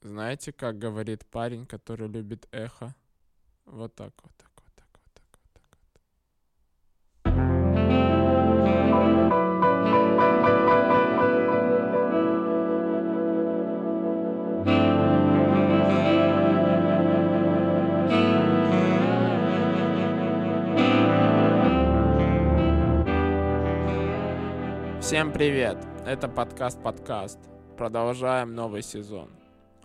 Знаете, как говорит парень, который любит эхо? Вот так вот, так вот, так вот, так вот, так вот. Всем привет! Это подкаст подкаст. Продолжаем новый сезон.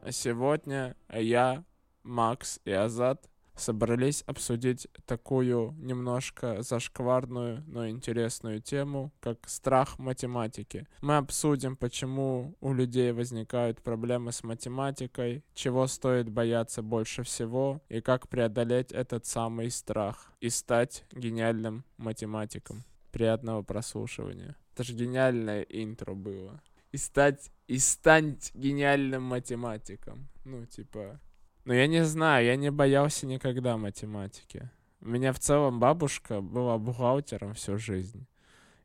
А Сегодня я, Макс и Азат собрались обсудить такую немножко зашкварную, но интересную тему, как страх математики. Мы обсудим, почему у людей возникают проблемы с математикой, чего стоит бояться больше всего и как преодолеть этот самый страх и стать гениальным математиком. Приятного прослушивания. Это же гениальное интро было. И стать, и стать гениальным математиком. Ну, типа... Ну, я не знаю, я не боялся никогда математики. У меня в целом бабушка была бухгалтером всю жизнь.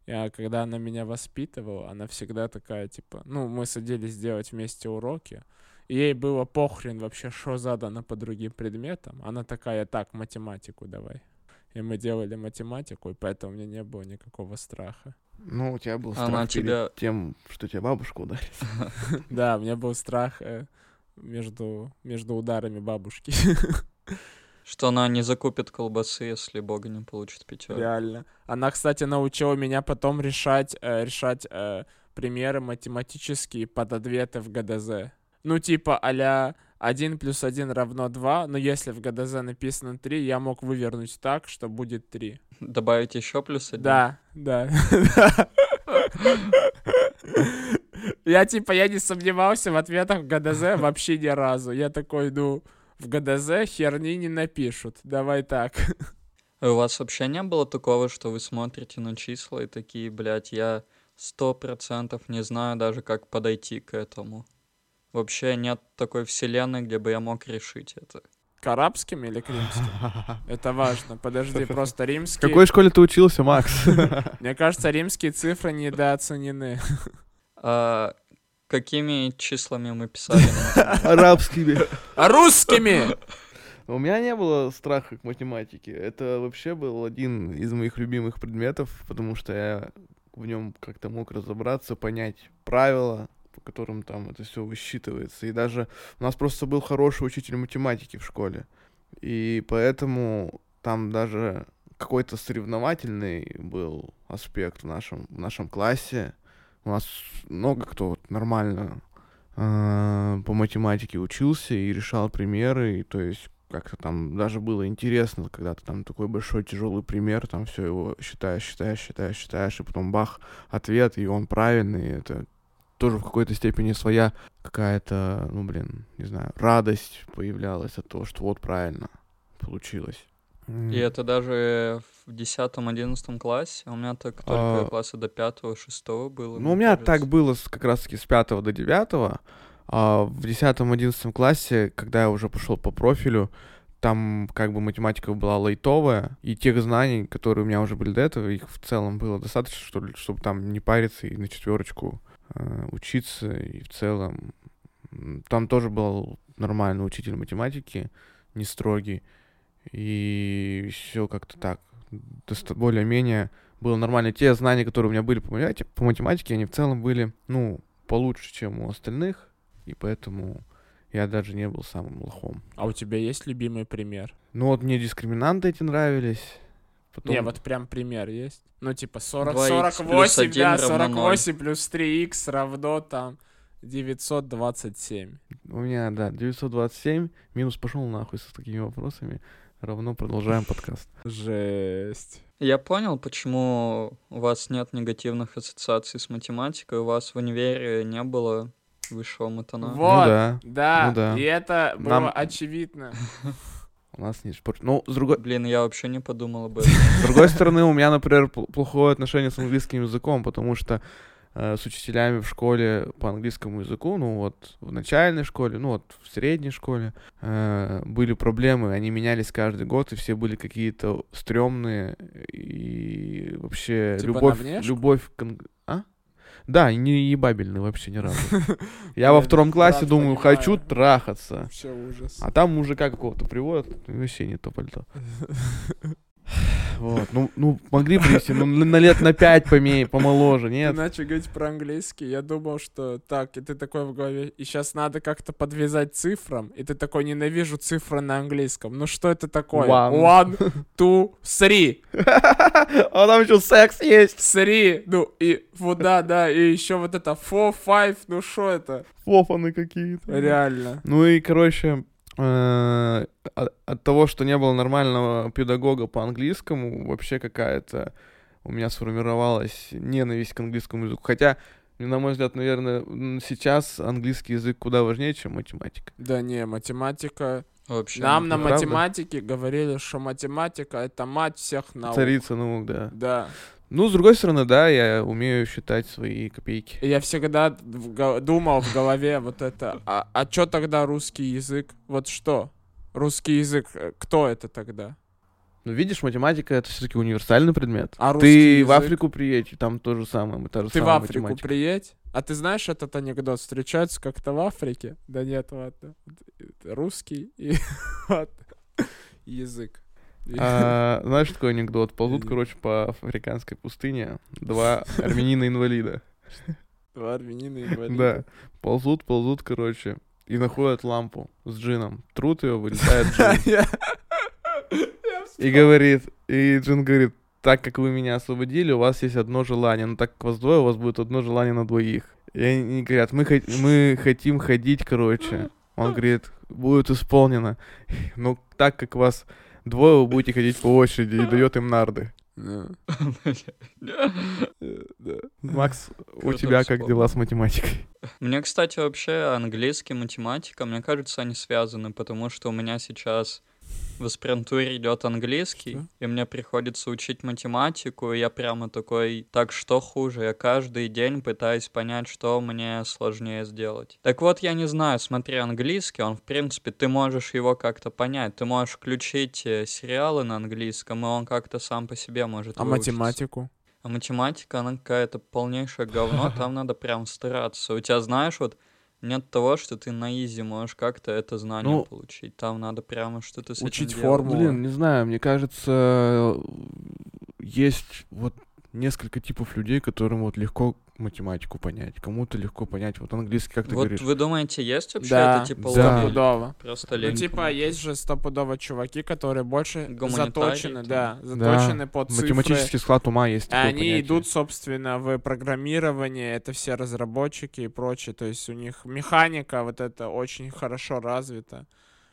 Я, когда она меня воспитывала, она всегда такая, типа... Ну, мы садились делать вместе уроки. и Ей было похрен вообще, что задано по другим предметам. Она такая, так, математику давай. И мы делали математику, и поэтому у меня не было никакого страха. Ну, у тебя был Она страх перед тебя- тем, что тебя бабушка ударит. Да, у меня был страх э, между, между ударами бабушки. Что она не закупит колбасы, если бога не получит пятерку. Реально. Она, кстати, научила меня потом решать, э, решать э, примеры математические под ответы в ГДЗ. Ну, типа, а-ля 1 плюс 1 равно 2, но если в ГДЗ написано 3, я мог вывернуть так, что будет 3. Добавить еще плюс один? Да, да. Я типа, я не сомневался в ответах в ГДЗ вообще ни разу. Я такой, ну, в ГДЗ херни не напишут. Давай так. И у вас вообще не было такого, что вы смотрите на числа и такие, блядь, я сто процентов не знаю даже, как подойти к этому. Вообще нет такой вселенной, где бы я мог решить это. К арабским или к римским? Это важно. Подожди, просто В римские... какой школе ты учился, Макс? Мне кажется, римские цифры недооценены. А какими числами мы писали? Арабскими. А Русскими! У меня не было страха к математике. Это вообще был один из моих любимых предметов, потому что я в нем как-то мог разобраться, понять правила, по которым там это все высчитывается. И даже у нас просто был хороший учитель математики в школе. И поэтому там даже какой-то соревновательный был аспект в нашем, в нашем классе. У нас много кто вот нормально э, по математике учился и решал примеры, и то есть как-то там даже было интересно, когда ты там такой большой тяжелый пример, там все его считаешь, считаешь, считаешь, считаешь, и потом бах, ответ, и он правильный, и это тоже в какой-то степени своя какая-то, ну блин, не знаю, радость появлялась от того, что вот правильно получилось. И это даже в 10-11 классе. У меня так А. только класса до 5-6 было. Ну, мне у меня кажется. так было с- как раз-таки с 5 до 9. А в 10-11 классе, когда я уже пошел по профилю, там как бы математика была лайтовая, и тех знаний, которые у меня уже были до этого, их в целом было достаточно, что ли, чтобы там не париться и на четверочку э, учиться, и в целом м, там тоже был нормальный учитель математики, не строгий, и все как-то так, доста- более-менее было нормально. Те знания, которые у меня были по математи- по математике, они в целом были, ну, получше, чем у остальных, и поэтому я даже не был самым лохом. А у тебя есть любимый пример? Ну вот мне дискриминанты эти нравились. Потом... Не, вот прям пример есть. Ну, типа, 40, 2х 48, плюс да, 1 равно 48 плюс 3х равно там 927. У меня, да, 927, минус пошел нахуй с такими вопросами, равно продолжаем подкаст. Жесть. Я понял, почему у вас нет негативных ассоциаций с математикой, у вас в универе не было высшего матана. Вот. Ну да, Да, Ну да. и это было Нам- очевидно. у нас не спорт. Ну, с другой, Блин, я вообще не подумал об этом. С другой стороны, у меня, например, пл- плохое отношение с английским языком, потому что э, с учителями в школе по английскому языку, ну вот в начальной школе, ну вот в средней школе э, были проблемы, они менялись каждый год, и все были какие-то стрёмные, и вообще Типа на любовь, внешку? любовь к... анг- А? Да, не ебабельный вообще ни разу. Я во втором классе брат, думаю, понимаю. хочу трахаться. Вообще ужас. А там мужика какого-то приводят, и вообще не то пальто. Вот, ну, ну могли привести, ну, на на лет на пять помей, помоложе, нет? Иначе говорить про английский, я думал, что так, и ты такой в голове, и сейчас надо как-то подвязать цифрам, и ты такой, ненавижу цифры на английском. Ну что это такое? One. One, two, three. А там еще секс есть. Three. Ну и вот да, да, и еще вот это four, five, ну что это? Фофаны какие-то. Реально. Ну и, короче, э, от от того, что не было нормального педагога по английскому, вообще какая-то у меня сформировалась ненависть к английскому языку. Хотя, на мой взгляд, наверное, м, сейчас английский язык куда важнее, чем математика. Да не, математика. Вообще. Нам на ну, правда. математике говорили, что математика это мать всех наук. Царица наук, да. Да. Ну, с другой стороны, да, я умею считать свои копейки. И Я всегда в го- думал в голове вот это, а, а чё тогда русский язык? Вот что? Русский язык, э, кто это тогда? Ну, видишь, математика — это все-таки универсальный предмет. А русский Ты в язык? Африку приедешь, и там то же самое, та же Ты в самая Африку математика. приедь? А ты знаешь этот анекдот? Встречаются как-то в Африке? Да нет, ладно. э, Русский и ладно. язык. И- А, знаешь, такой анекдот? Ползут, Или- короче, по африканской пустыне два армянина-инвалида. Два армянина и инвалида. Да. Ползут, ползут, короче, и находят лампу с джином. Трут ее, вылетает джин. Я- И говорит, и джин говорит, так как вы меня освободили, у вас есть одно желание. Но так как вас двое, у вас будет одно желание на двоих. И они говорят, мы, хот- мы хотим ходить, короче. Он говорит, будет исполнено. Но так как вас двое, вы будете ходить по очереди и дает им нарды. Ну, э, да. Макс, у Круто тебя как вспомнил. дела с математикой? Мне, кстати, вообще английский, математика, мне кажется, они связаны, потому что у меня сейчас в аспирантуре идет английский, Что? и мне приходится учить математику, и я прямо такой, так что хуже, я каждый день пытаюсь понять, что мне сложнее сделать. Так вот, я не знаю, смотри, английский, он, в принципе, ты можешь его как-то понять, ты можешь включить э, сериалы на английском, и он как-то сам по себе может А выучиться. математику? А математика, она какая-то полнейшее говно, там надо прям стараться. У тебя, знаешь, вот нет того, что ты на изи можешь как-то это знание Ну, получить. Там надо прямо что-то с этим учить делать. форму. Формула. Блин, не знаю, мне кажется, есть вот несколько типов людей, которым вот легко математику понять, кому-то легко понять, вот английский, как ты Вот говоришь. вы думаете, есть вообще Да, это типа да. лобби? Стопудово. Просто Ну, лень. типа, есть же стопудово чуваки, которые больше Гуманитарии заточены, там. да, заточены под цифры. Математический склад ума А есть. такое Они понятие. идут, собственно, в программирование, это все разработчики и прочее, то есть у них механика вот это очень хорошо развита.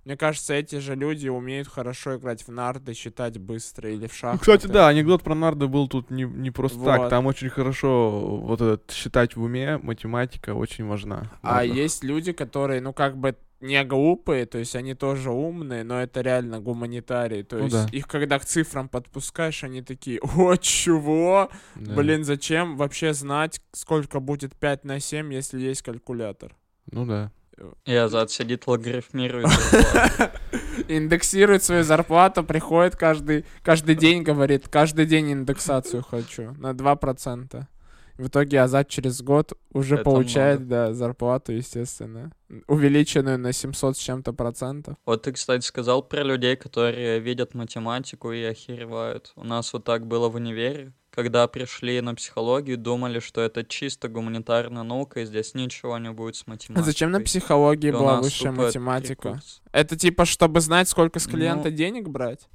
Мне кажется, эти же люди умеют хорошо играть в нарды, считать быстро или в Ну, шахматы. Кстати, да, анекдот про нарды был тут не, не просто Вот. так. Там очень хорошо вот этот считать в уме, математика очень важна. А Ладно. есть люди, которые, ну, как бы не глупые, то есть они тоже умные, но это реально гуманитарии. То Ну есть да. их когда к цифрам подпускаешь, они такие, о, чего? Да. Блин, зачем вообще знать, сколько будет 5 на 7, если есть калькулятор? Ну да. И Азат сидит, логарифмирует. Индексирует свою зарплату, приходит каждый, каждый день, говорит, каждый день индексацию хочу на 2%. В итоге Азат через год уже Это получает да, зарплату, естественно, увеличенную на 700 с чем-то процентов. Вот ты, кстати, сказал про людей, которые видят математику и охеревают. У нас вот так было в универе, когда пришли на психологию, думали, что это чисто гуманитарная наука, и здесь ничего не будет с А математикой. зачем на И психологии у была нас высшая тупо три математика? курса. Это типа, чтобы знать, сколько с Ну, клиента денег брать?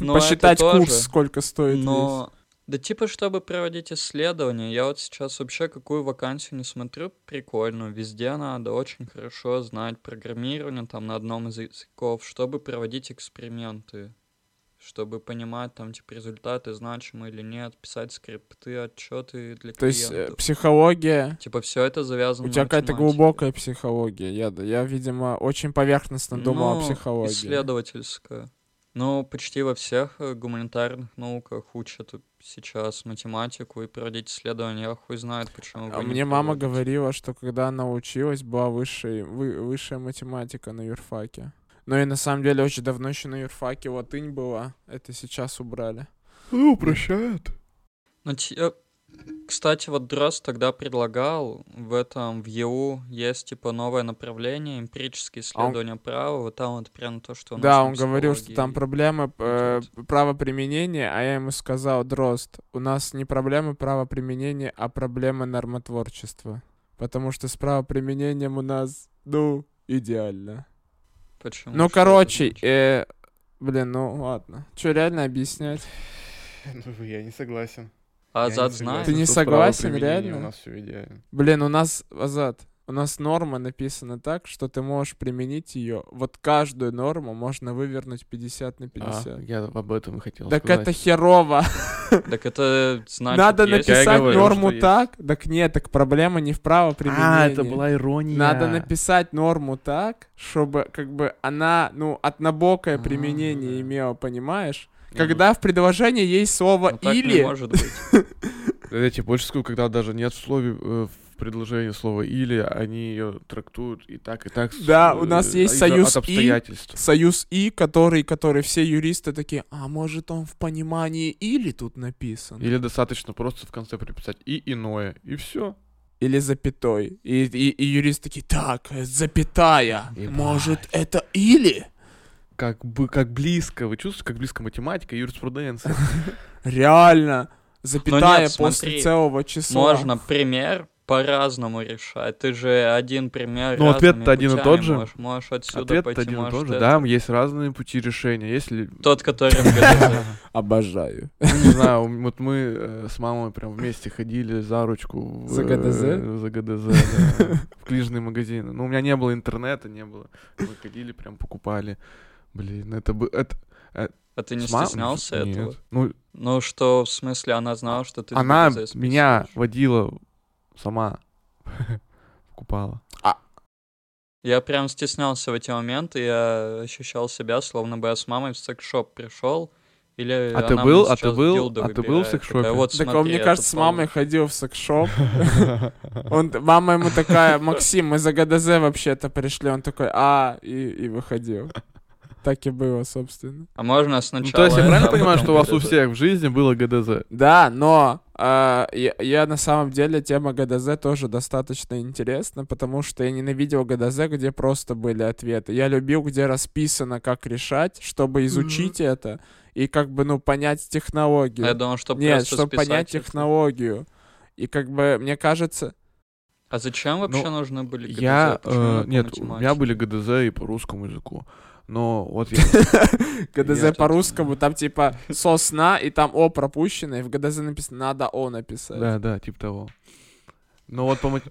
Ну, это Посчитать тоже, курс, сколько стоит весь? Но... Да типа, чтобы проводить исследования, я вот сейчас вообще какую вакансию не смотрю, прикольную, везде надо очень хорошо знать программирование там на одном из языков, чтобы проводить эксперименты, чтобы понимать там типа результаты значимы или нет, писать скрипты, отчеты для То есть э, клиентов. психология, Типа все это завязано у на тебя какая-то математике. глубокая психология. Я, я, видимо, очень поверхностно думал Ну, о психологии. Исследовательская. Но почти во всех э, гуманитарных науках учат сейчас математику и проводить исследования. Я хуй знает, почему. А вы не мне мама проводите. говорила, что когда она училась, была высшей, вы- высшая математика на юрфаке. Ну и на самом деле очень давно еще на юрфаке латынь была. Это сейчас убрали. Ну, прощают. Ну, те- Кстати, вот Дрозд тогда предлагал, в этом, в ЕУ есть, типа, новое направление, А он- эмпирические исследования права, вот там вот прям то, что у нас Да, на он говорил, что там психологии. проблемы э, вот правоприменения, а я ему сказал, Дрозд, у нас не проблемы правоприменения, а проблемы нормотворчества. Потому что с правоприменением у нас, ну, идеально. Почему? Ну, Что это короче, значит? э, блин, ну ладно. Че, реально объяснять? Ну, я не согласен. А Я не Азат согласен, знает? Ты не что с согласен, правоприменением реально? У нас все идеально. Блин, у нас, Азат, у нас норма написана так, что ты можешь применить ее. Вот каждую норму можно вывернуть 50 на 50. А, я об этом и хотел так сказать. это херово. Так это значит, Надо есть- Я написать говорю, норму что есть. так. Так нет, так проблема не в правоприменении. А, это была ирония. Надо написать норму так, чтобы как бы она, ну, однобокое А, применение да. имела, понимаешь? Ну, Когда в предложении есть слово Ну, так не «или», может быть. Я тебе больше скажу, когда даже нет в слове, э, в предложении слова «или», они ее трактуют и так, и так. с- Да, у нас э, есть из-за- союз От «и». обстоятельств. союз «и», который, который все юристы такие, а может он в понимании «или» тут написан? Или достаточно просто в конце приписать «и иное», и все. Или запятой. И, и, и юристы такие, так, э, запятая, Ебать. может это «или»? Как, бы, как близко, вы чувствуете, как близко математика и юриспруденция? Реально, запятая после Ну, смотри, целого числа. Можно пример по-разному решать. Ты же один пример Ну, разными ответ-то один и путями тот же. Можешь, можешь отсюда Ответ пойти, один и можешь тот же. это. Да, есть разные пути решения. Если ну, Тот, который... в ГДЗ. Обожаю. Не знаю, у- вот мы э, с мамой прям вместе ходили за ручку в, За ГДЗ? э, за ГДЗ, да, в книжные магазины. Ну, у меня не было интернета, не было. Мы ходили, прям покупали. Блин, это бы... Это... А ты не с мам- стеснялся Нет. этого? Ну, Ну что, в смысле, она знала, что ты... с она ГДЗ списываешь? меня водила сама. Покупала. Я прям стеснялся в эти моменты, я ощущал себя, словно бы я с мамой в секс-шоп пришел. Или А ты она мне был- а ты сейчас был- дилдо а ты был в выбирает. секс-шопе? Такая, вот, Так он, смотри, мне это кажется, с полный». мамой ходил в секс-шоп. Он, мама ему такая, Максим, мы за ГДЗ вообще-то пришли. Он такой, а, и, и выходил. Так и было, собственно. А можно Ну, сначала... то есть я правильно это, а понимаю, потом что у вас у ГДЗ? всех в жизни было ГДЗ? Да, но а, я, я на самом деле тема ГДЗ тоже достаточно интересна, потому что я ненавидел ГДЗ, где просто были ответы. Я любил, где расписано, как решать, чтобы изучить это и как бы, ну, понять технологию. А Я думал, что Нет, просто чтобы понять списать их. технологию. И как бы, мне кажется, А зачем вообще Ну, нужны были ГДЗ? Я... Почему э, не по Нет, у меня математике? были ГДЗ и по русскому языку. Но вот я ГДЗ Я по русскому, там типа сосна, и там О пропущено, и в ГДЗ написано «надо О написать». Да, да, типа того. Но вот по, мат-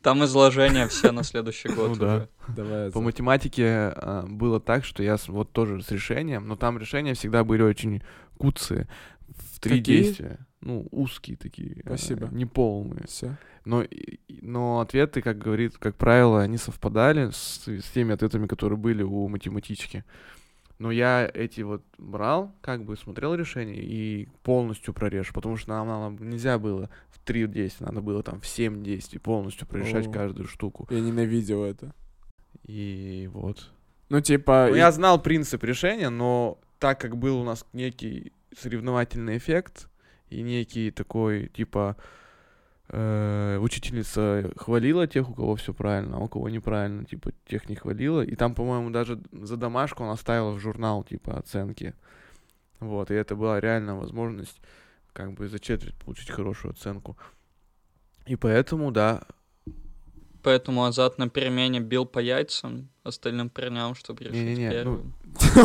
Там изложения все на следующий год Ну да. уже. Давай, по Азат. математике а, было так, что я с- вот тоже с решением, но там решения всегда были очень куцые, в три Какие? действия. Ну, узкие такие, а, Спасибо. неполные. Всё. Но, и- и- но ответы, как говорит, как правило, они совпадали с, с теми ответами, которые были у математички. Но я эти вот брал, как бы смотрел решение и полностью прорежу, потому что нам, нам нельзя было в три действия, надо было там в семь действий полностью прорешать О. каждую штуку. Я ненавидел это. И вот. Ну, типа... Ну, и- я знал принцип решения, но так как был у нас некий соревновательный эффект и некий такой, типа, э, учительница хвалила тех, у кого все правильно, а у кого неправильно, типа, тех не хвалила. И там, по-моему, даже за домашку она ставила в журнал, типа, оценки. Вот, и это была реально возможность как бы за четверть получить хорошую оценку. И поэтому, да, Поэтому Азат на перемене бил по яйцам остальным парням, чтобы решить Не-не-не, ну, первым.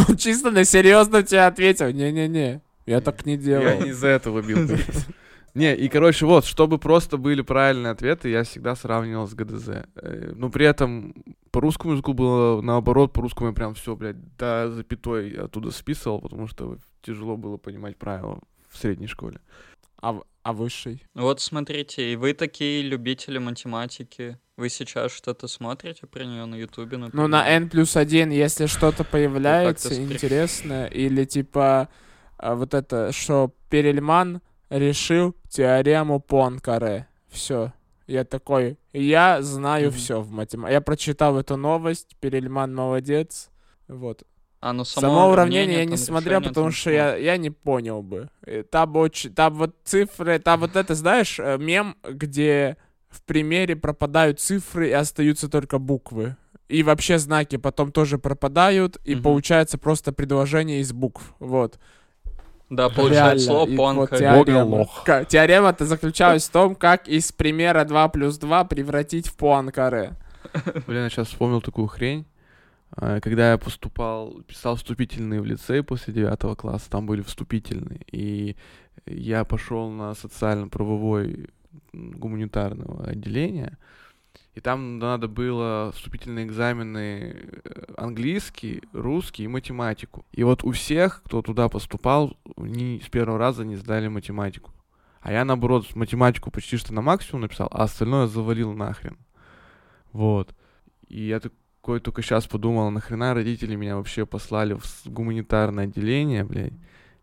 Он чисто на серьезно тебе ответил. Не-не-не, я так не Я делал. не из-за этого бил. блядь. Не, и, короче, вот, чтобы просто были правильные ответы, я всегда сравнивал с ГДЗ. Э, Но при этом по русскому языку было наоборот, по русскому я прям все, блядь, до запятой оттуда списывал, потому что тяжело было понимать правила в средней школе. А, в- а высший? Вот смотрите, и вы такие любители математики. Вы сейчас что-то смотрите про нее на Ютубе, Ну, например? на N плюс 1, если что-то появляется спря- интересное, или типа а, вот это, что Перельман решил теорему Понкаре. Все. Я такой, я знаю Мгм. все в математике. Я прочитал эту новость, Перельман молодец. Вот. А, ну Само, уравнение я не там смотрел, решение, потому там что всё. я, я не понял бы. Э, Там, очень, там вот цифры, там вот это, знаешь, э, мем, где в примере пропадают цифры и остаются только буквы. И вообще знаки потом тоже пропадают, и Мгм. получается просто предложение из букв. Вот. Да, получается а Реально, слово и «понка». вот теорема. Бога лох. К- Теорема-то заключалась в том, как из примера 2 плюс 2 превратить в пуанкаре. Блин, я сейчас вспомнил такую хрень. А, Когда я поступал, писал вступительные в лицей после девятого класса, там были вступительные. И я пошел на социально-правовой м, гуманитарного отделения, и там надо было вступительные экзамены э, английский, русский и математику. И вот у всех, кто туда поступал, они с первого раза не сдали математику. А я, наоборот, математику почти что на максимум написал, а остальное завалил нахрен. Вот. И я такой только сейчас подумал, нахрена родители меня вообще послали в с- гуманитарное отделение, блядь,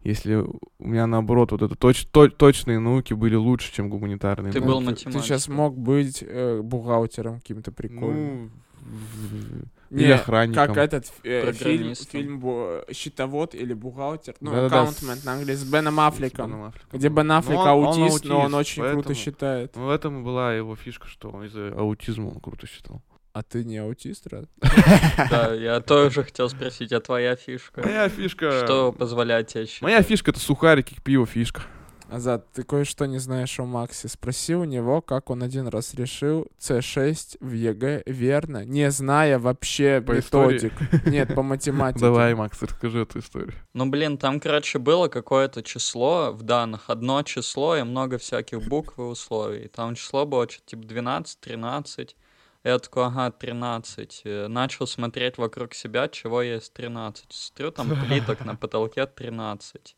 если у меня наоборот вот это точ- то- точные науки были лучше, чем гуманитарные Ты науки. был Ну, Ты сейчас математиком. мог быть э, бухгалтером каким-то прикольным. Ну, в- в- Не, или охранником. Как этот э, фильм, Программистом. фильм бу- э, «Щитовод» или «Бухгалтер», ну, Да-да-да, аккаунтмент с- на английском, с Беном С Аффлеком, Беном Аффлеком, где да. Бен Но Аффлек он- он аутист, но он аутист, очень круто поэтому- считает. Ну, в этом и была его фишка, что он из-за аутизма он круто считал. А ты не аутист, Рад? Да, я тоже хотел спросить, а твоя фишка? Моя Э. фишка... Что позволяет тебе считать? Моя фишка — это сухарики, пиво фишка. Азат, ты кое-что не знаешь о Максе. Спроси у него, как он один раз решил С6 в ЕГЭ верно, не зная вообще По истории? методик. Нет, по математике. Давай, Макс, расскажи эту историю. Ну, блин, там, короче, было какое-то число в данных. Одно число и много всяких букв и условий. Там число было что-то типа 12, 13. Я такой, ага, 13. Э, Начал смотреть вокруг себя, чего есть 13. Смотрю, там плиток на потолке 13.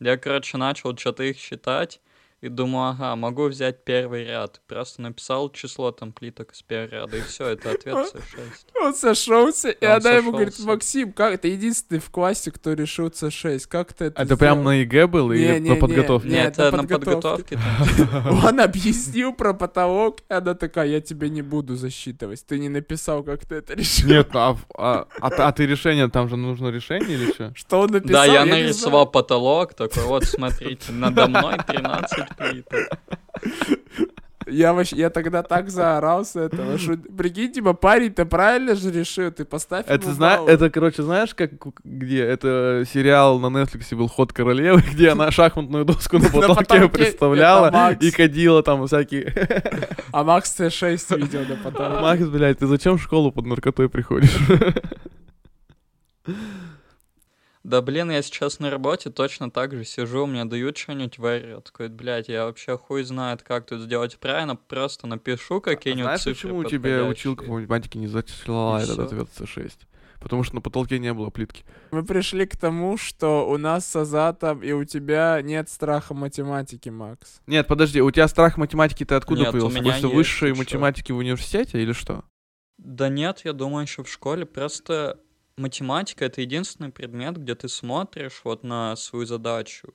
Я, короче, начал что-то их считать. И думаю, ага, могу взять первый ряд. Просто написал число там плиток из первого ряда, и все, это ответ С6. Он сошелся, и Он она ему говорит, сошёлся. Максим, как ты единственный в классе, кто решил С6, как ты это Это А прям сделал?» на ЕГЭ было Не, или не, на не. подготовке? Нет, Нет, на э, на подготовке. подготовке там Он объяснил про потолок, и она такая, я тебе не буду засчитывать. Ты не написал, как ты это решил. Нет, а, в- а- а т- а ты решение, там же нужно решение или что? Что он написал, Да, я не нарисовал потолок, такой, вот, смотрите, надо мной 13 плиток. знаю. Я вообще, я тогда так заорал с этого. что- Прикинь, типа, парень, ты правильно же решил, ты поставь Это, ему зна... балл. это, короче, знаешь, как у- где? Это сериал на Netflix был «Ход королевы», где она шахматную доску на потолке потолке представляла это Макс. и кадила там всякие... А Макс С6 видел на потолке. Макс, блядь, ты зачем в школу под наркотой приходишь? Да, блин, я сейчас на работе точно так же сижу, мне дают что-нибудь варят. Такой, блядь, я вообще хуй знает, как тут сделать правильно, просто напишу какие-нибудь А Знаешь, цифры почему у тебя подходящие. училка по математике не зачислила И этот всё. ответ С6? Потому что на потолке не было плитки. Мы пришли к тому, что у нас с Азатом и у тебя нет страха математики, Макс. Нет, подожди, у тебя страх математики ты откуда Нет, у появился? меня После есть, высшей ты чё? математики в университете или что? Да нет, я думаю, еще в школе. Просто математика — это единственный предмет, где ты смотришь вот на свою задачу,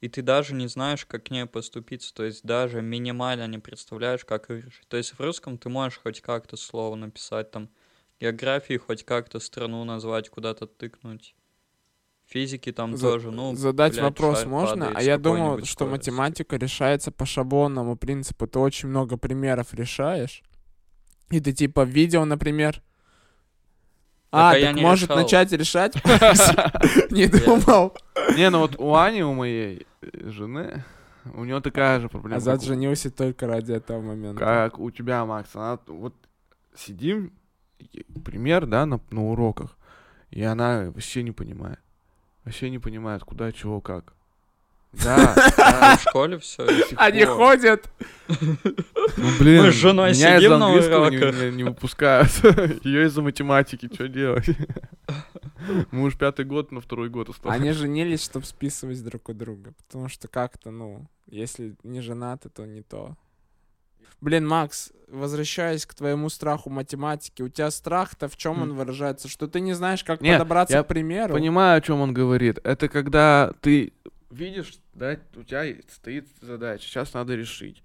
и ты даже не знаешь, как к ней поступиться, то есть даже минимально не представляешь, как ее решить. То есть в русском ты можешь хоть как-то слово написать, там, географии хоть как-то страну назвать, куда-то тыкнуть. Физики там За- тоже, ну, Задать блядь, вопрос шар можно, падает а с я думал, какой-нибудь что скоростью. математика решается по шаблонному принципу. Ты очень много примеров решаешь, и ты типа видел, например. Так, А, а так я не может решал. начать решать? Не думал. Не, ну вот у Ани, у моей э, жены, у нее такая же проблема. Азат как у- А женился только ради этого момента. Как у тебя, Макс, она т- вот сидим, и- пример, да, на, на уроках, и она вообще не понимает. Вообще не понимает, куда, чего, как. Да, А в школе все. до сих Они пор. ходят. Ну, блин, Мы с женой меня сидим из-за на английского не, уроках. не- не выпускают. Ее из-за математики, что делать? Мы уж пятый год на второй год остались. Они женились, чтобы списывать друг у друга. Потому что как-то, ну, если не женаты, то не то. Блин, Макс, возвращаясь к твоему страху математики, у тебя страх-то в чем М. он выражается? Что ты не знаешь, как Нет, подобраться я к примеру? Понимаю, о чем он говорит. Это когда ты видишь, да, у тебя и стоит задача, сейчас надо решить.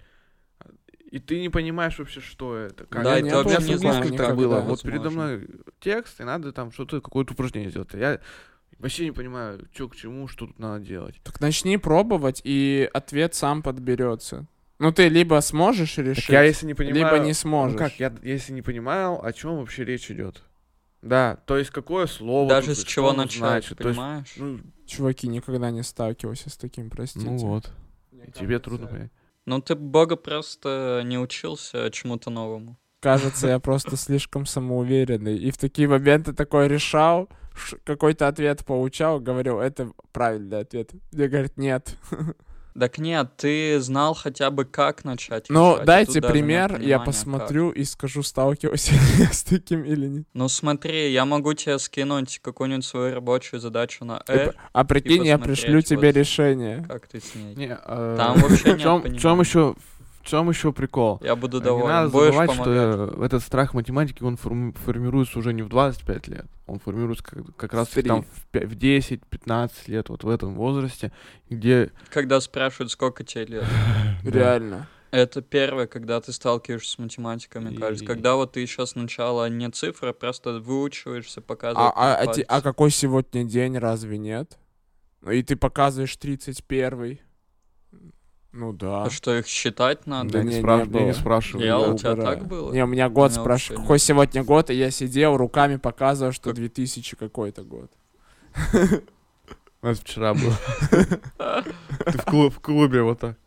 И ты не понимаешь вообще, что это. Как Да, это. и ты Вот вообще у меня не с знаешь английским никогда, так было. Вот возможно. передо мной текст, и надо там что-то, какое-то упражнение сделать. Я вообще не понимаю, что к чему, что тут надо делать. Так начни пробовать, и ответ сам подберется. Ну ты либо сможешь решить, я если не понимаю... либо не Ну сможешь. как, я д- если не понимал, о чем вообще речь идет. Да, то есть какое слово Даже тут с и чего что оно начать, значит. То есть, понимаешь? ну, Чуваки, никогда не сталкивался с таким, простите. ну вот, Мне и тебе кажется, трудно понять. Ну ты бога просто не учился чему-то новому. Кажется, я просто слишком самоуверенный. И в такие моменты такой решал, ш- какой-то ответ получал, говорил, это правильный ответ. Мне говорят, нет. Так нет, ты знал хотя бы как начать. Ну, решать, и дайте тут даже нет пример, понимания, я как. посмотрю и скажу, сталкивался ли я с таким или нет. Ну смотри, я могу тебе скинуть какую-нибудь свою рабочую задачу на И п- R, А прикинь, я посмотреть, пришлю тебе Типа вот. решение. как ты с ней. Не, э, Там вообще в нет чем, в чем понимания. еще, в чем еще прикол? Я буду Э, Не надо доволен. Будешь забывать, что помогать. э, этот страх математики, он форми- формируется уже не в 25 лет. Он формируется как, как раз Три. там в, пя- в 10-15 лет, вот в этом возрасте, где... Когда спрашивают, сколько тебе лет. да. Реально. Это первое, когда ты сталкиваешься с математикой, мне кажется. И- Когда вот ты еще сначала не цифры, а просто выучиваешься, А, показываешь. а- а на те- пальце. а какой сегодня день, разве нет? Ну, И ты показываешь 31 Ну да. А что, их считать надо? Да я не, не, не спраш- я не было. спрашиваю. Я Я у тебя убираю. так было? Не, у меня год У меня вообще спрашивают, нет. какой сегодня год, и я сидел, руками показывал, что Как- 2000 какой-то год. У нас вчера было. Ты в клу- в клубе вот так.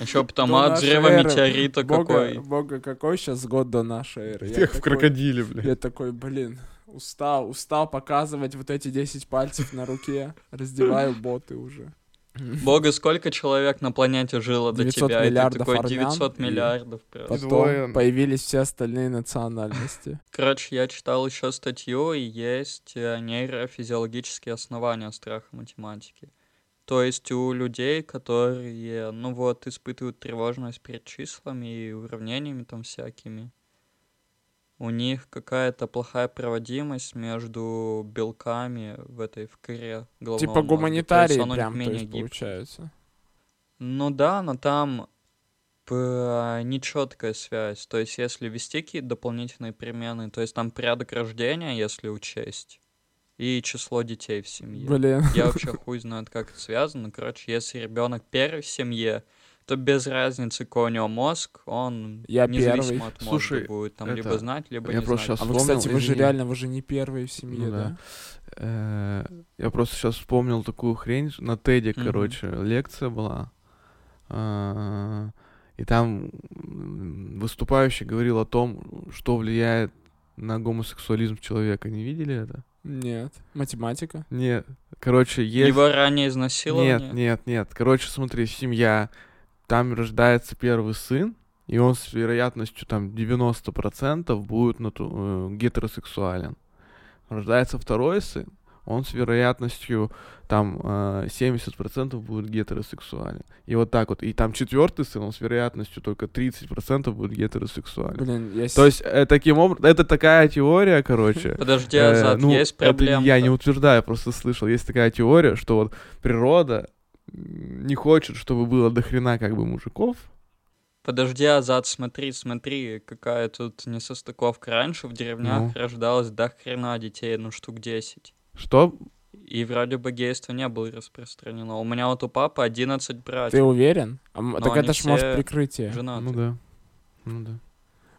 Еще До потому от нашей взрыва эры. метеорита Бога, какой. бога, какой сейчас год до нашей эры? Я Как в такой- крокодиле, блядь. Я такой, блин, устал, устал показывать вот эти 10 пальцев на руке. Раздеваю боты уже. Бога, сколько человек на планете жило до 900 тебя? И ты миллиардов такой армян 900 и- миллиардов. просто. Потом ну. Двое. появились все остальные национальности. Короче, я читал еще статью, и есть э, нейрофизиологические основания страха математики. То есть у людей, которые, ну вот, испытывают тревожность перед числами и уравнениями там всякими, у них какая-то плохая проводимость между белками в этой, в коре головного Типа мозга. То есть гуманитарии оно прям, то менее есть, гибкое. получается. Ну да, но там п- нечеткая связь. То есть, если вести какие-то дополнительные перемены, то есть там порядок рождения, если учесть, и число детей в семье. Блин. А Я вообще хуй знает, как это связано. Короче, если ребенок первый в семье, то без разницы, какой у него мозг, он Я независимо первый. от мозга Слушай, будет там это- либо знать, либо я не просто знать. А щас- вы, Вспомнил, кстати, вы же извини. реально, вы же не первые в семье, Ну да. да? Э, Я просто сейчас вспомнил такую хрень ж- на Теде, Мгм. короче, лекция была. А, И там м, выступающий говорил о том, что влияет на гомосексуализм человека. Не видели это? Нет. Математика? Нет. Короче, есть... Его ранее изнасилование. Нет, нет, нет. Короче, смотри, семья. Там рождается первый сын, и он с вероятностью там 90% будет нату- э, гетеросексуален. Рождается второй сын, он с вероятностью там э, 70% будет гетеросексуален. И вот так вот. И там четвертый сын, он с вероятностью только 30% будет гетеросексуален. Блин, я... с- То есть, э, таким образом, это такая теория, короче. Подожди, Э, Азат, ну, есть проблема. Это я не утверждаю, просто слышал. Есть такая теория, что вот природа м, не хочет, чтобы было дохрена как бы мужиков. Подожди, Азат, смотри, смотри, какая тут несостыковка. Раньше в деревнях Ну. рождалось до хрена детей, ну штук 10. Что? И вроде бы гейство не было распространено. У меня вот у папы 11 Ты братьев. уверен? А м- Но так они это ж может все прикрытие. женатых. Ну да. Ну да.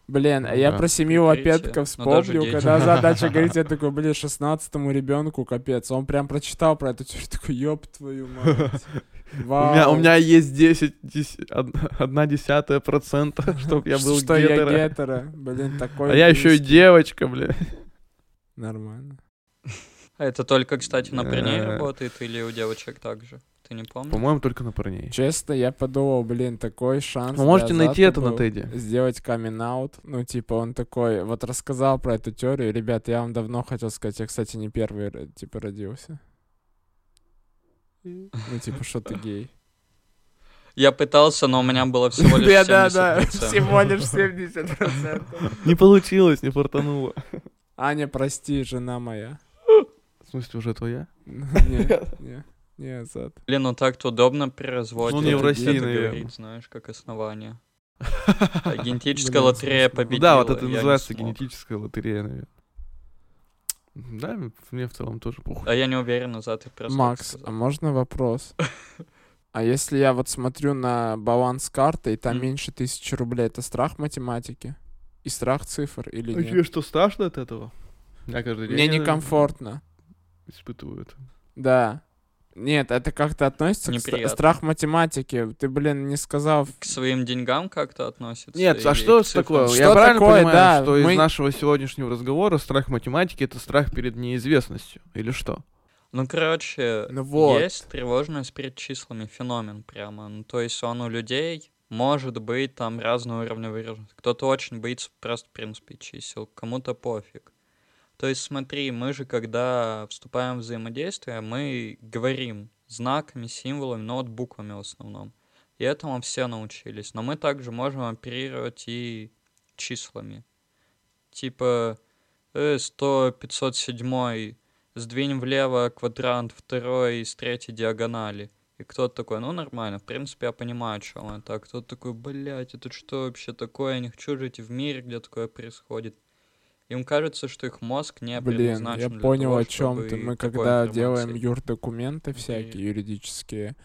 Блин, Ну а я да. про семью Прикрытие. опять-ка Но даже вспомнил, дети. когда задача говорит, я такой, блин, шестнадцатому ребенку капец. Он прям прочитал про эту теорию, такой, ёб твою мать. У, меня, Вау. у меня есть 10, дес- од- одна десятая процента, чтобы я был Что я гетеро. гетера. Блин, такой... А я еще и близкий. девочка, бля. Нормально. А Это только, кстати, на парней Э. работает или у девочек также? Ты не помнишь? По-моему, только на парней. Честно, я подумал, блин, такой шанс. Вы для можете найти Азата это на был. Теде. сделать камин-аут. Ну, типа, он такой, вот рассказал про эту теорию. Ребят, я вам давно хотел сказать, я, кстати, не первый, ро- типа, родился. Ну, типа, что ты гей. Я пытался, но у меня было всего лишь 70%. лишь 70%. Не получилось, не фартануло. Аня, прости, жена моя. В смысле, уже твоя? Не, не, не, зад. Блин, ну так-то удобно при разводе. Ну, не в это России, где-то наверно. говорить, знаешь, как основание. А Генетическая Блин, лотерея смешно. победила. Да, вот это я не называется смог. генетическая лотерея, наверное. Да, мне в целом тоже похуй. А я не уверен, назад ты просто это Макс, а сказал. можно вопрос? А если я вот смотрю на баланс карты, и там М. меньше тысячи рублей, это страх математики? И страх цифр или А нет? тебе что, страшно от этого? Я каждый день Мне это некомфортно. Испытываю это. Да. Нет, это как-то относится к стра- Неприятно. страх математики. Ты, блин, не сказал. К своим деньгам как-то относится? Нет, а или что к с цифрам? такое? Что Я правильно такое, понимаю, да, что мы- из нашего сегодняшнего разговора страх математики это страх перед неизвестностью или что? Ну, короче, Ну вот. есть тревожность перед числами, феномен прямо. Ну, то есть он у людей может быть там разного уровня выражен. Кто-то очень боится просто, в принципе, чисел, кому-то пофиг. То есть смотри, мы же, когда вступаем в взаимодействие, мы говорим знаками, символами, но вот буквами в основном. И этому все научились. Но мы также можем оперировать и числами. Типа э, 100, 507, сдвинь влево квадрант второй из третьей диагонали. И кто-то такой, ну нормально, в принципе, я понимаю, о чем это. А кто-то такой, блядь, это что вообще такое? Я не хочу жить в мире, где такое происходит. Им кажется, что их мозг не Блин, предназначен я для понял, того, о чем ты. чтобы Мы такой когда информацией. делаем юрдокументы всякие Мгм. юридические,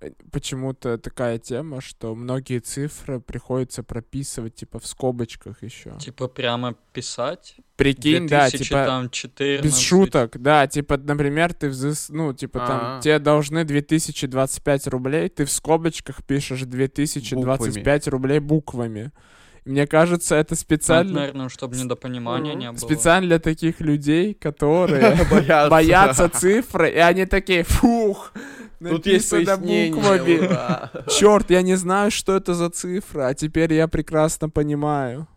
э, почему-то такая тема, что многие цифры приходится прописывать типа в скобочках еще. Типа прямо писать? Прикинь, да, типа 2014. без шуток, да, типа, например, ты взыс... ну, типа там А-а. тебе должны 2025 рублей, ты в скобочках пишешь 2025 рублей буквами. Мне кажется, это Ну, это, специально наверное, чтобы недопонимания не было. специально для таких людей, которые Бояться. боятся цифры, и они такие, фух, Тут есть написано пояснение. буквами. ура. Черт, я не знаю, что это за цифра, а теперь я прекрасно понимаю.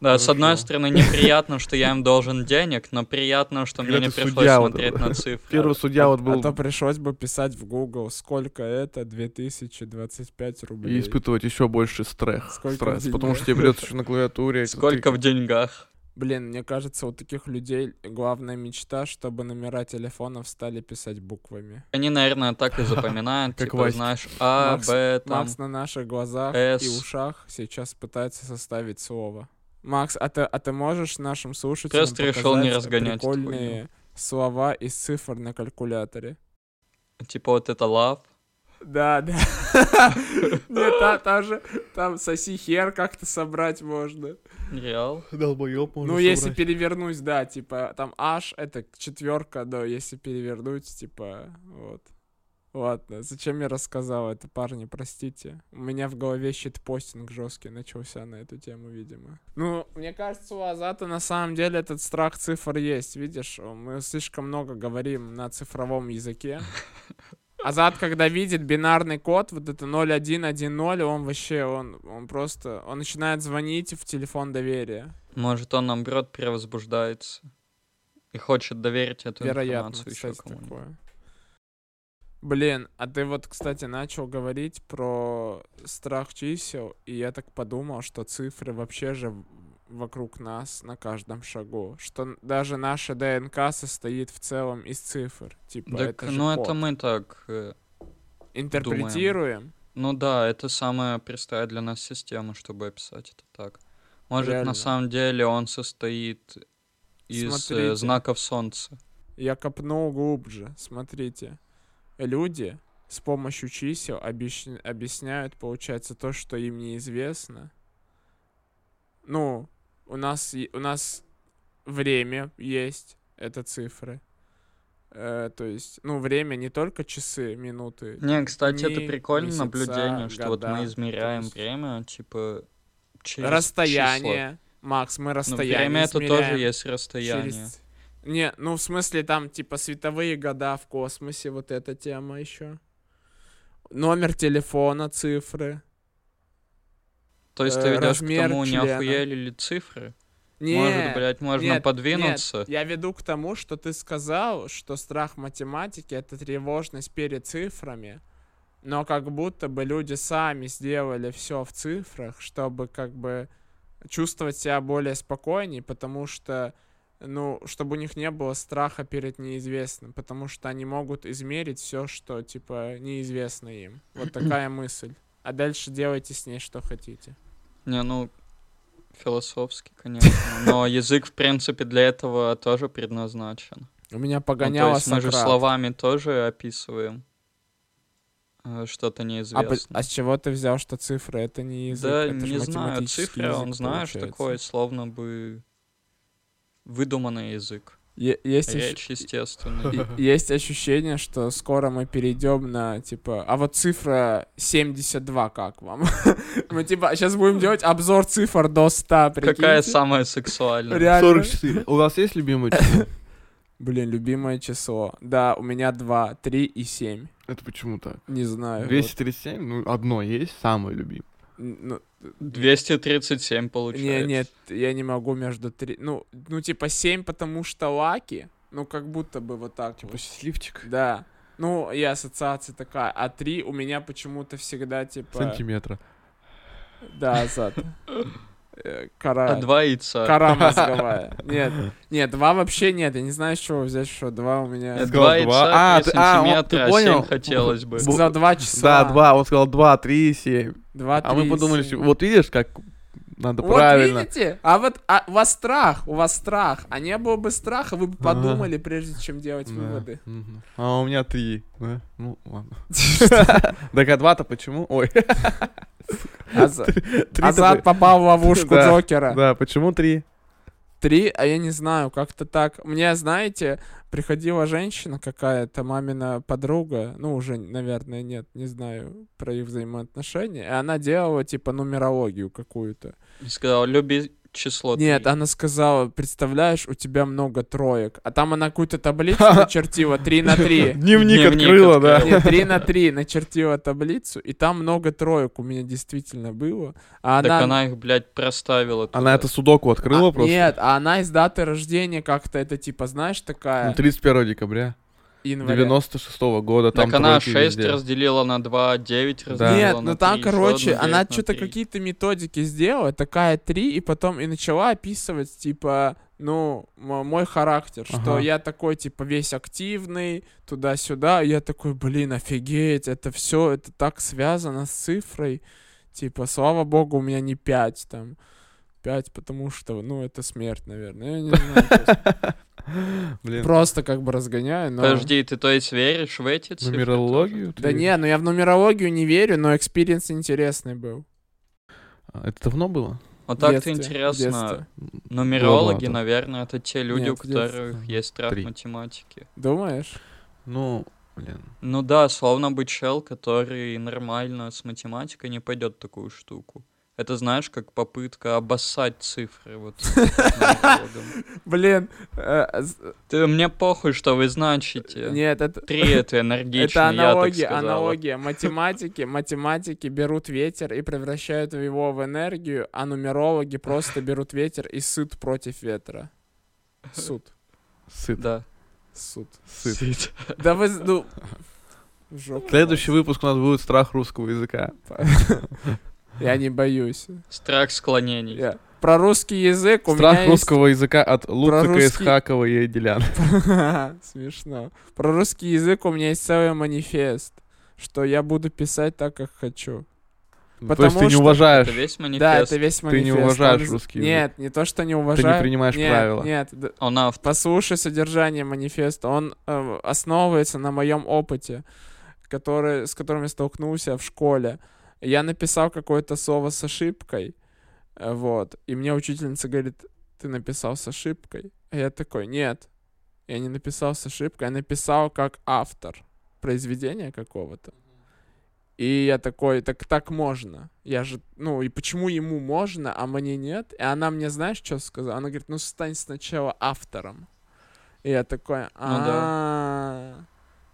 Да, с одной хорошо. стороны, неприятно, что я им должен денег, но приятно, что мне Когда не ты пришлось судья вот смотреть на цифры. Первый судья вот А был то пришлось бы писать в Google, сколько это 2025 и рублей. испытывать еще больше стресс. Сколько стресс, денег? потому что тебе придется еще на клавиатуре. а это Сколько тыкать. в деньгах? Блин, мне кажется, у таких людей главная мечта, чтобы номера телефонов стали писать буквами. Они, наверное, так и запоминают, Как типа, Вася. знаешь, А, Макс- Б, там... Макс на наших глазах «С». и ушах сейчас пытается составить слово. Макс, а ты, а ты можешь нашим слушателям Просто решил не показать разгонять эту хуйню. прикольные слова из цифр на калькуляторе? Типа вот это лав. Да, да. Нет, та- та же- там соси хер как-то собрать можно. Реал. Долбоёб можно Ну, если собрать. перевернуть, да, типа, там аж это четверка, да, если перевернуть, типа, вот. Ладно, зачем я рассказал это, парни, простите. У меня в голове щитпостинг жесткий начался на эту тему, видимо. Ну, мне кажется, у Азата на самом деле этот страх цифр есть, видишь? Мы слишком много говорим на цифровом языке. Азат, когда видит бинарный код, вот это 0110, он вообще, он, он просто, он начинает звонить в телефон доверия. Может, он, наоборот, превозбуждается и хочет доверить эту Вероятно, информацию еще кстати, кому-нибудь. такое. Блин, а ты вот, кстати, начал говорить про страх чисел, и я так подумал, что цифры вообще же в- вокруг нас на каждом шагу, что н- даже наша ДНК состоит в целом из цифр, типа Так, это же ну код. это мы так... э, интерпретируем. Ну да, это самая простая для нас система, чтобы описать это так. Может, Реально. на самом деле он состоит из э, Смотрите. знаков солнца. Я копнул глубже, смотрите, люди с помощью чисел объясня- объясняют, получается, то, что им неизвестно. Ну, у нас, е- у нас время есть, это цифры. Э, то есть, ну, время не только часы, минуты. Не, кстати, это Дни, прикольное месяца, наблюдение, что вот года, мы то измеряем есть время, типа, через числа. Расстояние. Макс, мы Ну, расстояние время это измеряем. тоже есть расстояние. Через- Не, ну в смысле там типа световые года в космосе, вот эта тема еще. Номер телефона, цифры. То есть ты э, ведешь к размер тому, не члена. охуели ли цифры? Не, Может, блядь, можно нет, нет. подвинуться? я веду к тому, что ты сказал, что страх математики это тревожность перед цифрами. Но как будто бы люди сами сделали все в цифрах, чтобы как бы чувствовать себя более спокойней, потому что, ну, чтобы у них не было страха перед неизвестным, потому что они могут измерить все, что, типа, неизвестно им. Вот такая мысль. а дальше делайте с ней что хотите. Не, ну, философски, конечно. Но язык, в принципе, для этого тоже предназначен. У меня Ну, то погоняло есть мы же Сократ. словами тоже описываем э, что-то А, по- неизвестное. а с чего ты взял, что цифры это не язык? да, это ж не знаю, математический цифры, язык он знаешь, получается. такой, словно бы выдуманный язык. Е- есть, ощ- Речь, естественно. и- есть ощущение, что скоро мы перейдем на, типа, а вот цифра 72 как вам? Мы, типа, сейчас будем делать обзор цифр до 100, Какая прикиньте. самая сексуальная? Реально. 44. У вас есть любимый число? Блин, любимое число. Да, у меня 2, 3 и 7. Это почему так? Не знаю. А, вот. 237? Ну, одно есть, самое любимое. Ну, 237 не, получается. нет, я не могу между 3. Ну, ну, типа 7, потому что лаки. Ну, как будто бы вот так. вот. Типа счастливчик. Да. Ну, и ассоциация такая. А 3 у меня почему-то всегда, типа... Сантиметра. Да, зад. Э, Кора... А два яйца. Кора мозговая. Нет, нет, два вообще нет. Я не знаю, с чего взять, что два у Э, меня... Сказал Два два. яйца, А, три ты- а, он- ты сантиметра, а, понял? семь хотелось бы. Бу- За два часа. Да, два, он сказал два, три, семь. Два, А мы три, подумали, семь. что- вот видишь, как надо Вот правильно. видите? А вот а, у вас страх, у вас страх. А не было бы страха, вы бы Ага. подумали, прежде чем делать А. Да. выводы. Мгм. А у меня три. Да? Ну, ладно. Так а два-то почему? Ой, Аза- три-то Азат попал в ловушку Да, Джокера. по- Да, почему три? Три, а я не знаю, как-то так. Мне, знаете, приходила женщина какая-то, мамина подруга, ну, уже, наверное, нет, не знаю про их взаимоотношения, и она делала, типа, нумерологию какую-то. И Сказал, люби число Нет, а три». она сказала, представляешь, у тебя много троек, а там она какую-то таблицу начертила, три на три. Дневник Дневник открыла, да. открыла. Нет, 3 на 3 начертила таблицу, и там много троек у меня действительно было. А Так она... она их, блядь, проставила. Она туда. это судоку открыла А, просто? Нет, а она из даты рождения как-то это типа, знаешь, такая... Ну, 31 декабря января. 96 года. Так Там она тройки 6 везде. разделила на 2, 9 разделила Да. Нет, на ну там, 3, короче, ещё одну она 9 на что-то 3. какие-то методики сделала, такая три, и потом и начала описывать, типа, ну, м- мой характер, что Ага. я такой, типа, весь активный, туда-сюда, и я такой, блин, офигеть, это все, это так связано с цифрой, типа, слава богу, у меня не пять, там, пять, потому что, ну, это смерть, наверное, я не знаю, просто- Блин, просто как бы разгоняю, но... Подожди, ты то есть веришь в эти цифры? Ну. нумерологию? Да ты- не, ну я в нумерологию не верю, но экспириенс интересный был. А, Это давно было? Вот В Ну, так-то детстве, в детстве. интересно. Ладно, Нумерологи, да. наверное, это те люди, у Нет, в детстве. которых есть страх Три. математики. Думаешь? Ну, блин. Ну да, словно бы чел, который нормально с математикой не пойдет в такую штуку. Это, знаешь, как попытка обоссать цифры. Вот, нумерологам. Блин, э, з- Ты, мне похуй, что вы значите. нет, это, Три это энергично, это аналогия, я так сказала. аналогия. Математики, математики берут ветер и превращают его в энергию, а нумерологи просто берут ветер и сыт против ветра. Суд, Сыт. Да. суд. Сыт. Сыт. Да вы, з- ну... в жопу Следующий выпуск у нас будет страх русского языка. вас. Я не боюсь. Страх склонений. Я- Про русский язык у меня Страх есть- русского языка от Луцика русский- Исхакова и Еделяна. Смешно. Про русский язык у меня есть целый манифест, что я буду писать так, как хочу. То есть Потому ты не что- уважаешь Это весь Да, манифест. это весь не манифест. уважаешь Он- русский язык. Нет, не то, что не уважаю. принимаешь Нет, правила. Нет, д- Он автор. послушай содержание манифеста. Он э, основывается на моем опыте, который, с которым я столкнулся в школе. Я написал какое-то слово с ошибкой, э, вот, и мне учительница говорит, ты написал с ошибкой. А я такой, нет, я не написал с ошибкой, я написал как автор произведения какого-то. И я такой, так так можно. Я же, ну, и почему ему можно, а мне нет? И она мне, знаешь, что сказала? Она говорит, ну, стань сначала автором. И я такой, а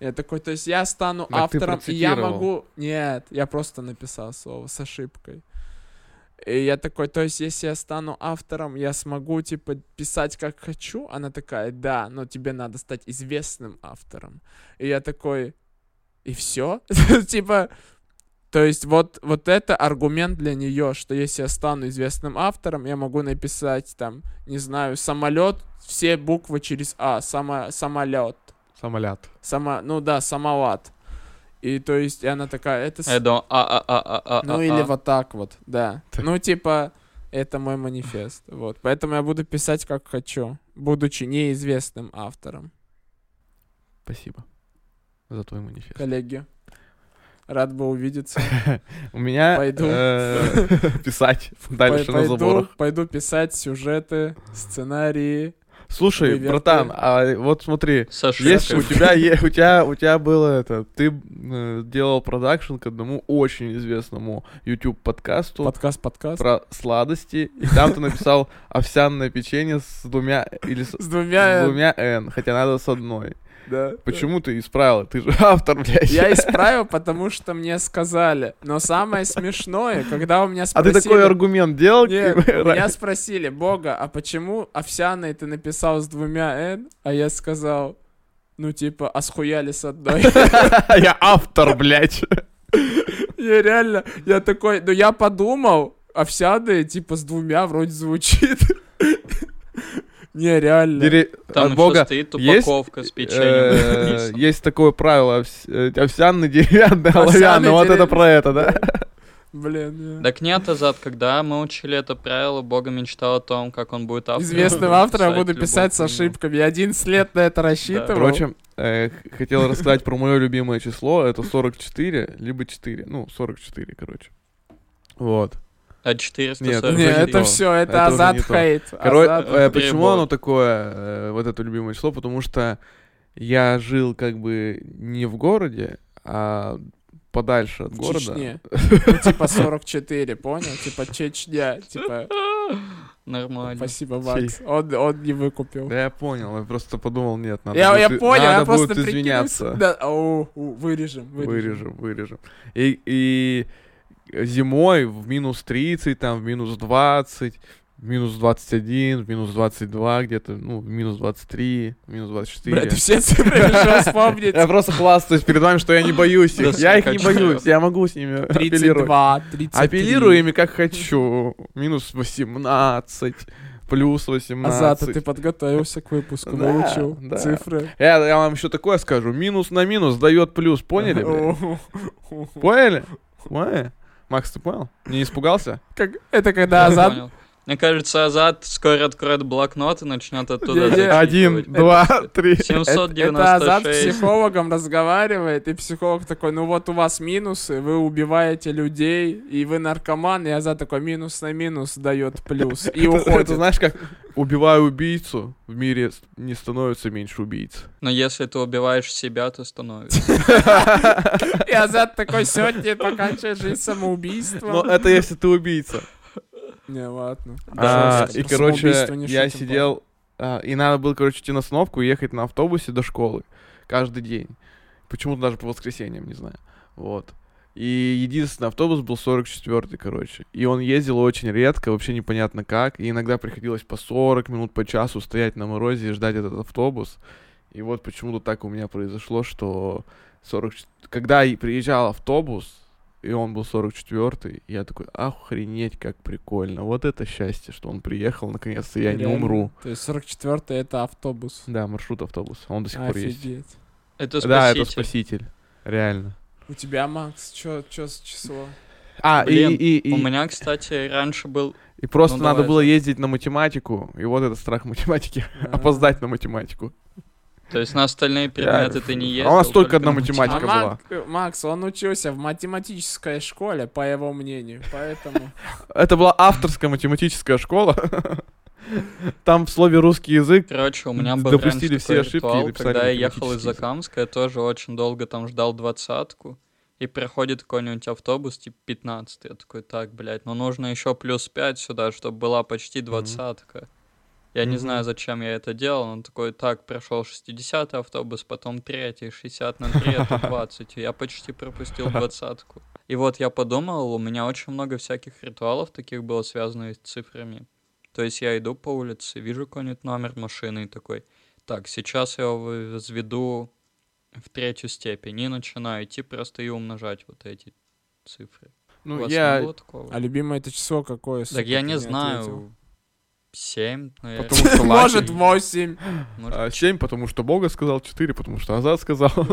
Я такой, то есть я стану Так ты автором, и я процитировал. могу... Нет, я просто написал слово с ошибкой. И я такой, то есть если я стану автором, я смогу, типа, писать как хочу? Она такая, да, но тебе надо стать известным автором. И я такой, и все? Типа, то есть вот, вот это аргумент для нее, что если я стану известным автором, я могу написать там, не знаю, самолет, все буквы через А, само, самолет, самолет. сама, ну да, самолет. И то есть и она такая, это... с- Э, I don't... А, а, а, а, а, ну а, или а. вот так вот, да. Ну типа, это мой манифест, вот. Поэтому я буду писать как хочу, будучи неизвестным автором. Спасибо за твой манифест. Коллеги, рад был увидеться. У меня Пойду. э, писать Пой- дальше на Пойду заборах. пойду писать сюжеты, сценарии. Слушай, Выверты. братан, а вот смотри, Саша, если у Яков. тебя, е- у тебя у тебя было это, ты э, делал продакшн к одному очень известному YouTube подкасту Подкаст, подкаст. про сладости, и там ты написал овсяное печенье с двумя или с, С двумя... с двумя N, хотя надо с одной. Да. Почему ты исправил? Ты же автор, блядь. Э. Я исправил, потому что мне сказали. Но самое смешное, когда у меня А ты спросили... такой аргумент делал? Нет, типа, меня ра- спросили, Бога, а почему овсяный ты написал с двумя «н», а я сказал, ну типа, а схуяли с одной. а Я автор, блядь. Я реально, я такой, ну я подумал, овсяные типа с двумя вроде звучит. Не, реально. Дере- Там От еще бога. стоит есть, упаковка с Э, печеньем. Есть такое правило, овс- э, овсяный, деревянный, Овсяный, оловянный, вот это деревянный. про это, да? Блин. я- Так нет, Азат, когда мы учили это правило, Бога мечтал о том, как он будет автором. Известным автором я Писать буду любую писать с хуйню. ошибками. Я 11 лет на это рассчитывал. Впрочем, э, х- хотел рассказать про мое любимое число, это 44, либо 4, ну, 44, короче. Вот. А 400 Нет, Не, уже не это то. все, это Это уже Азат не то. хейт. Короче, Азат- э, почему Перебор. оно такое, э, вот это любимое число? Потому что я жил как бы не в городе, а подальше от В города. Чечне. Ну, типа 44, понял? Типа Чечня. Типа, Нормально. спасибо, Макс. Он, он не выкупил. Да я понял, я просто подумал, нет, надо Я, я будет- понял, я надо просто будет извиняться. прикинулся. Да, оу, у, вырежем, вырежем. Вырежем, вырежем. И, и зимой в минус 30, там, в минус 20, в минус 21, в минус 22 где-то, ну, в минус 23, в минус 24. Бля, ты все цифры решил вспомнить. Я просто хвастаюсь перед вами, что я не боюсь их. Да, Я их не сколько часов? боюсь, я могу с ними 32, апеллировать. 33. Апеллирую ими как хочу. Минус 18, плюс Азат, а 18. ты подготовился к выпуску, Да, научил да. цифры. Я, я вам еще такое скажу. Минус на минус дает плюс, поняли? блядь? Поняли? Поняли? Макс, ты понял? Не испугался? Как, это когда Я Азат понял. Мне кажется, Азат скоро откроет блокнот и начнет оттуда Не-не. зачитывать. Один, два, три. Это Азат с 796. психологом разговаривает, и психолог такой, ну вот у вас минусы, вы убиваете людей, и вы наркоман, и Азат такой, минус на минус дает плюс, и Это- Это уходит. знаешь как? Убивая убийцу, в мире с- не становится меньше убийц. Но если ты убиваешь себя, то становишься. И Азат такой, сегодня покончай жизнь Но самоубийством. это если ты убийца. Не, ладно. А, Даже И, про самоубийство короче, не я шутим, сидел... а, И надо было, короче, идти на остановку и ехать на автобусе до школы. Каждый день. Почему-то даже по воскресеньям, не знаю. Вот. И единственный автобус был 44-й, короче. И он ездил очень редко, вообще непонятно как. И иногда приходилось по 40 минут, по часу стоять на морозе и ждать этот автобус. И вот почему-то так у меня произошло, что 40... когда и приезжал автобус, и он был 44-й, я такой, охренеть, как прикольно. Вот это счастье, что он приехал, наконец-то я не Реально. умру. То есть 44 это автобус. Да, маршрут автобус, он до сих пор есть. Офигеть. Это Да, это спаситель. спаситель. Реально. У тебя, Макс, чё, чё с число? А, и- Блин, и, и, У и- меня, кстати, раньше был... и просто ну надо давай, было Зак. ездить на математику, и вот это страх математики. Опоздать на математику. То есть на остальные предметы ты не А ездил. у нас только одна на А математика была. Мак- Макс, он учился в математической школе, по его мнению, поэтому... Это была авторская математическая школа. Там в слове русский язык Короче, у меня был Допустили раньше все такой ошибки и ритуал, написали когда я ехал из математический язык. Закамска, я тоже очень долго там ждал двадцатку, и проходит какой-нибудь автобус, типа 15 я такой, так, блядь, но нужно еще плюс 5 сюда, чтобы была почти двадцатка. Я не Мгм. знаю, зачем я это делал, он такой, так, прошел 60-й автобус, потом третий, 60 на 3, это 20, и я почти пропустил двадцатку. И вот я подумал, у меня очень много всяких ритуалов таких было, связанных с цифрами. То есть я иду по улице, вижу какой-нибудь номер машины и такой, так, сейчас я его возведу в третью степень и начинаю идти просто и умножать вот эти цифры. У Ну, вас не я... было такого? А любимое это число какое? Так сука, я ты не ответил? знаю. Семь, Потому наверное. что Может, Латин- 8. Может, А, Семь, потому что Бога сказал, четыре, потому что Азат сказал. Ну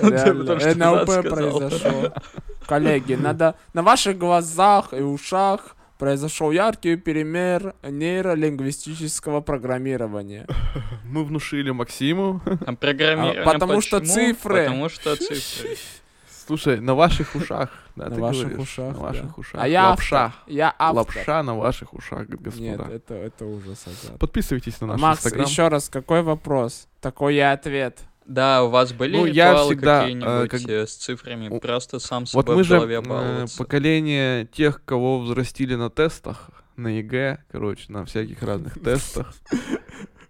Ну, типа, потому что НЛП Назад сказал. произошло. Коллеги, надо на ваших глазах и ушах произошел яркий пример нейролингвистического программирования. Мы внушили Максиму. А программирование А, потому что почему? цифры. Потому что цифры. Слушай, на ваших ушах. Да, На ты ваших говоришь, ушах, На да. ваших ушах. А я Лапша. автор. Я автор. Лапша на ваших ушах, Нет, господа. это, это ужас. Азат. Подписывайтесь на наш Макс, инстаграм. еще раз, какой вопрос? Такой и ответ. Да, у вас были Ну, я ритуалы всегда, э, какие-нибудь как- э, с цифрами? У- Просто сам Вот собой мы в же голове э, баловаться. поколение тех, кого взрастили на тестах, на ЕГЭ, короче, на всяких разных тестах.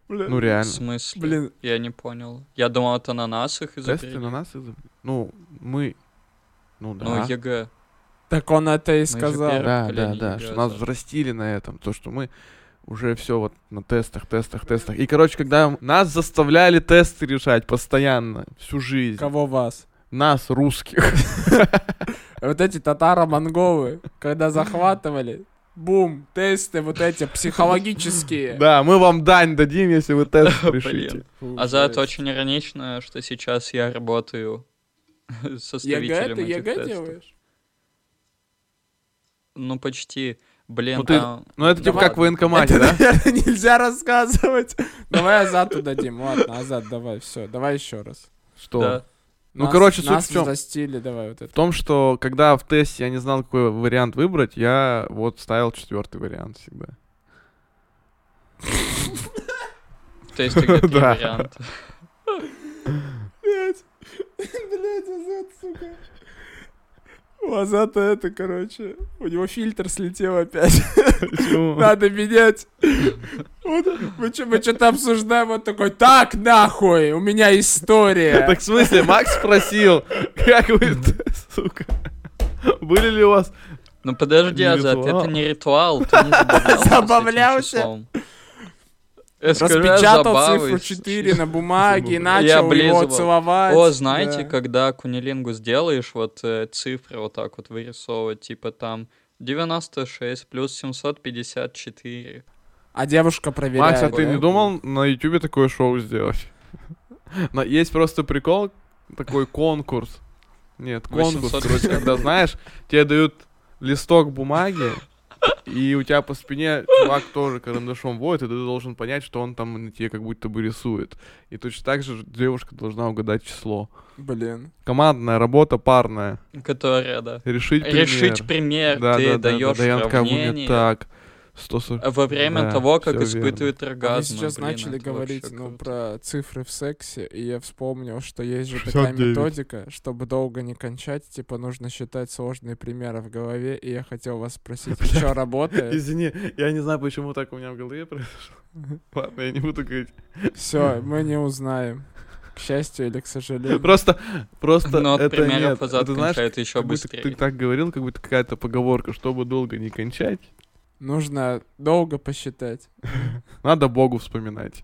Ну Блин, В реально. смысле? блин, Я не понял. Я думал, это на нас их Тесты изобрели. на нас изоб- Ну, мы... Ну Ну, да. ЕГЭ. так он это и же сказал. первые. Да, да, поколение да, ЕГЭ что нас за- взрастили на этом, то, что мы уже все вот на тестах, тестах, тестах. И, короче, когда нас заставляли тесты решать постоянно, всю жизнь, Кого вас? нас, русских, Вот эти татаро-монголы, когда захватывали, бум, тесты вот эти психологические. да, мы вам дань дадим, если вы тест решите. Фу, А за это жесть. очень иронично, что сейчас я работаю ЕГЭ составителем ты этих ЕГЭ тестов. делаешь? Ну, почти. Блин, Ну, ты- а- Ну, это типа Да как в ладно. военкомате, это, да? наверное, нельзя рассказывать. Давай Азату дадим. Ладно, Азат, давай, все, давай еще раз. Что? Да. Ну, Нас- короче, суть нас в чем? застили, давай вот В это. том, что когда в тесте я не знал, какой вариант выбрать, я вот ставил четвертый вариант всегда. В тесте где три Да. варианта. Блять, блять, Азат, сука. У Азата это, короче, у него фильтр слетел опять. Почему? Надо менять. Вот, мы чё- мы что-то обсуждаем, вот такой, так нахуй, у меня история. Так в смысле, Макс спросил, как вы, сука, были ли у вас... Ну, подожди, Не Азат, ритуал. это не ритуал, ты не забавлялся с этим Забавлялся? числом. Я скажу, я Распечатал цифру забаваюсь. 4 на бумаге и Я начал его облизывал. целовать. О, знаете, Да. когда кунилингу сделаешь, вот э, цифры вот так вот вырисовывать, типа там 96 плюс 754. А девушка проверяет. Макс, а ты да? не думал на ютубе такое шоу сделать? Но Есть просто прикол, такой конкурс. Нет, конкурс, 800. короче, когда, знаешь, тебе дают листок бумаги, и у тебя по спине чувак тоже карандашом водит, и ты должен понять, что он там на тебе как будто бы рисует. И точно так же девушка должна угадать число. Блин. Командная работа парная. Которая, да. Решить пример. Решить пример, Да, да, ты да, да, даешь да, я такая, «Мне равнение Так, 140. во время Да, того, как всё испытывает А Вы оргазм. сейчас Блин, начали это говорить вообще ну, круто. про цифры в сексе, и я вспомнил, что есть же такая 69. методика, чтобы долго не кончать, типа нужно считать сложные примеры в голове, и я хотел вас спросить, что работает? Извини, я не знаю, почему так у меня в голове произошло. Ладно, я не буду говорить. Все, мы не узнаем. К счастью или к сожалению. Просто, просто Но Ну, от это нет. примеров Это, Азат знаешь, кончает еще как будто ты быстрее. так говорил, как будто какая-то поговорка, чтобы долго не кончать, Нужно долго посчитать. надо Богу вспоминать.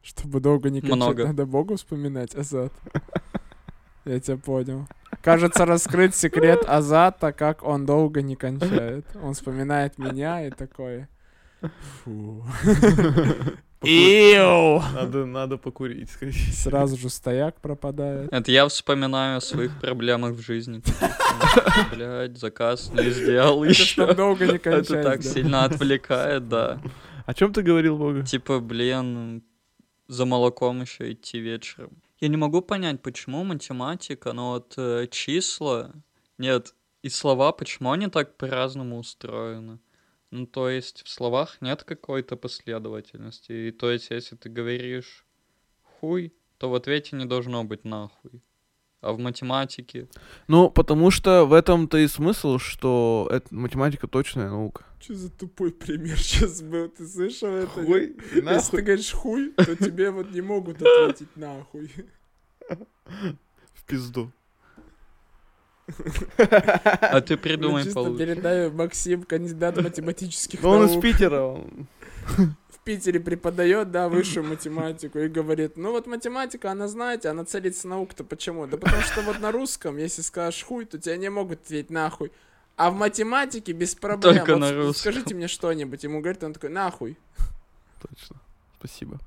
Чтобы долго не кончать, Много. надо Богу вспоминать, Азат. Я тебя понял. Кажется, раскрыт секрет Азата, как он долго не кончает. Он вспоминает меня и такой... Фу. Иу! Надо, надо покурить, скорее. Сразу же стояк пропадает. Это я вспоминаю о своих проблемах в жизни. Блять, заказ не сделал Это чтоб еще. долго не Это кончать. так да. сильно отвлекает, да. О чем ты говорил, Бога? Типа, блин, за молоком еще идти вечером. Я не могу понять, почему математика, но вот э, числа, нет, и слова, почему они так по-разному устроены. Ну, то есть в словах нет какой-то последовательности. И то есть, если ты говоришь хуй, то в ответе не должно быть нахуй. А в математике... Ну, потому что в этом-то и смысл, что это математика точная наука. Чё за тупой пример сейчас был? Ты слышал это? Если ты нахуй. говоришь хуй, то тебе вот не могут ответить нахуй. В пизду. А ты Я придумай Ну, чисто получше. передаю Максим, кандидат математических Да он из наук. Питера. он. В Питере преподает, да, высшую математику и говорит, ну вот математика, она, знаете, она царица наук-то почему? Да потому что вот на русском, если скажешь хуй, то тебя не могут ответить нахуй. А в математике без проблем. Только Вот на с- русском. Скажите мне что-нибудь. Ему говорит, он такой, нахуй. Точно. Спасибо.